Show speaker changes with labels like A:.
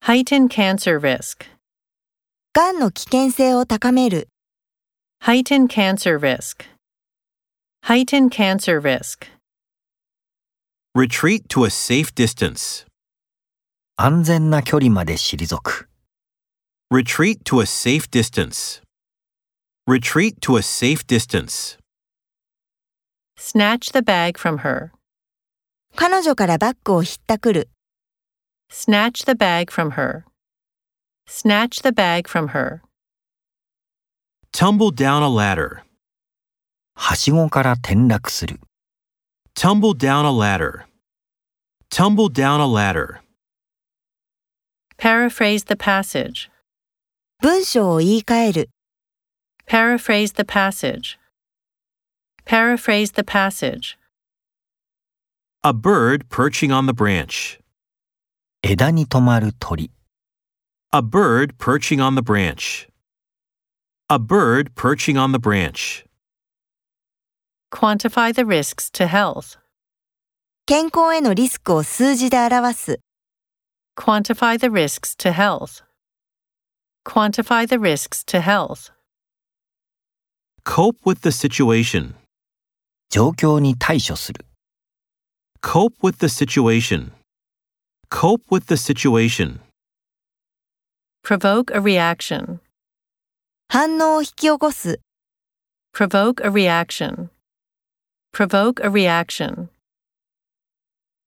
A: Heighten cancer risk.
B: がんの危険性を高める、
A: Heighten cancer risk. Heighten cancer risk.
C: Retreat to a safe distance.
D: 安全な距離まで退く。
C: Retreat to a safe distance. Retreat to a safe distance.
A: Snatch the bag from her.
B: 彼女からバッグをひったくる、
A: Snatch the bag from her. Snatch the bag from her.
C: Tumble down a ladder.
D: はしごから転落する。
C: Tumble down a ladder. Tumble down a ladder.
A: Paraphrase the passage.
B: 文章を言い換える、
A: Paraphrase the passage. Paraphrase the passage.
C: A bird perching on the branch.
D: 枝に止まる鳥。
C: A bird perching on the branch. A bird perching on the branch.
A: Quantify the risks to health.
B: 健康へのリスクを数字で表す、
A: Quantify the risks to health. Quantify the risks to health.
C: Cope with the situation.
D: 状況に対処する。
C: Cope with the situation. Cope with the situation.
A: Provoke a reaction.
B: 反応を引き起こす。
A: Provoke a reaction. Provoke a reaction.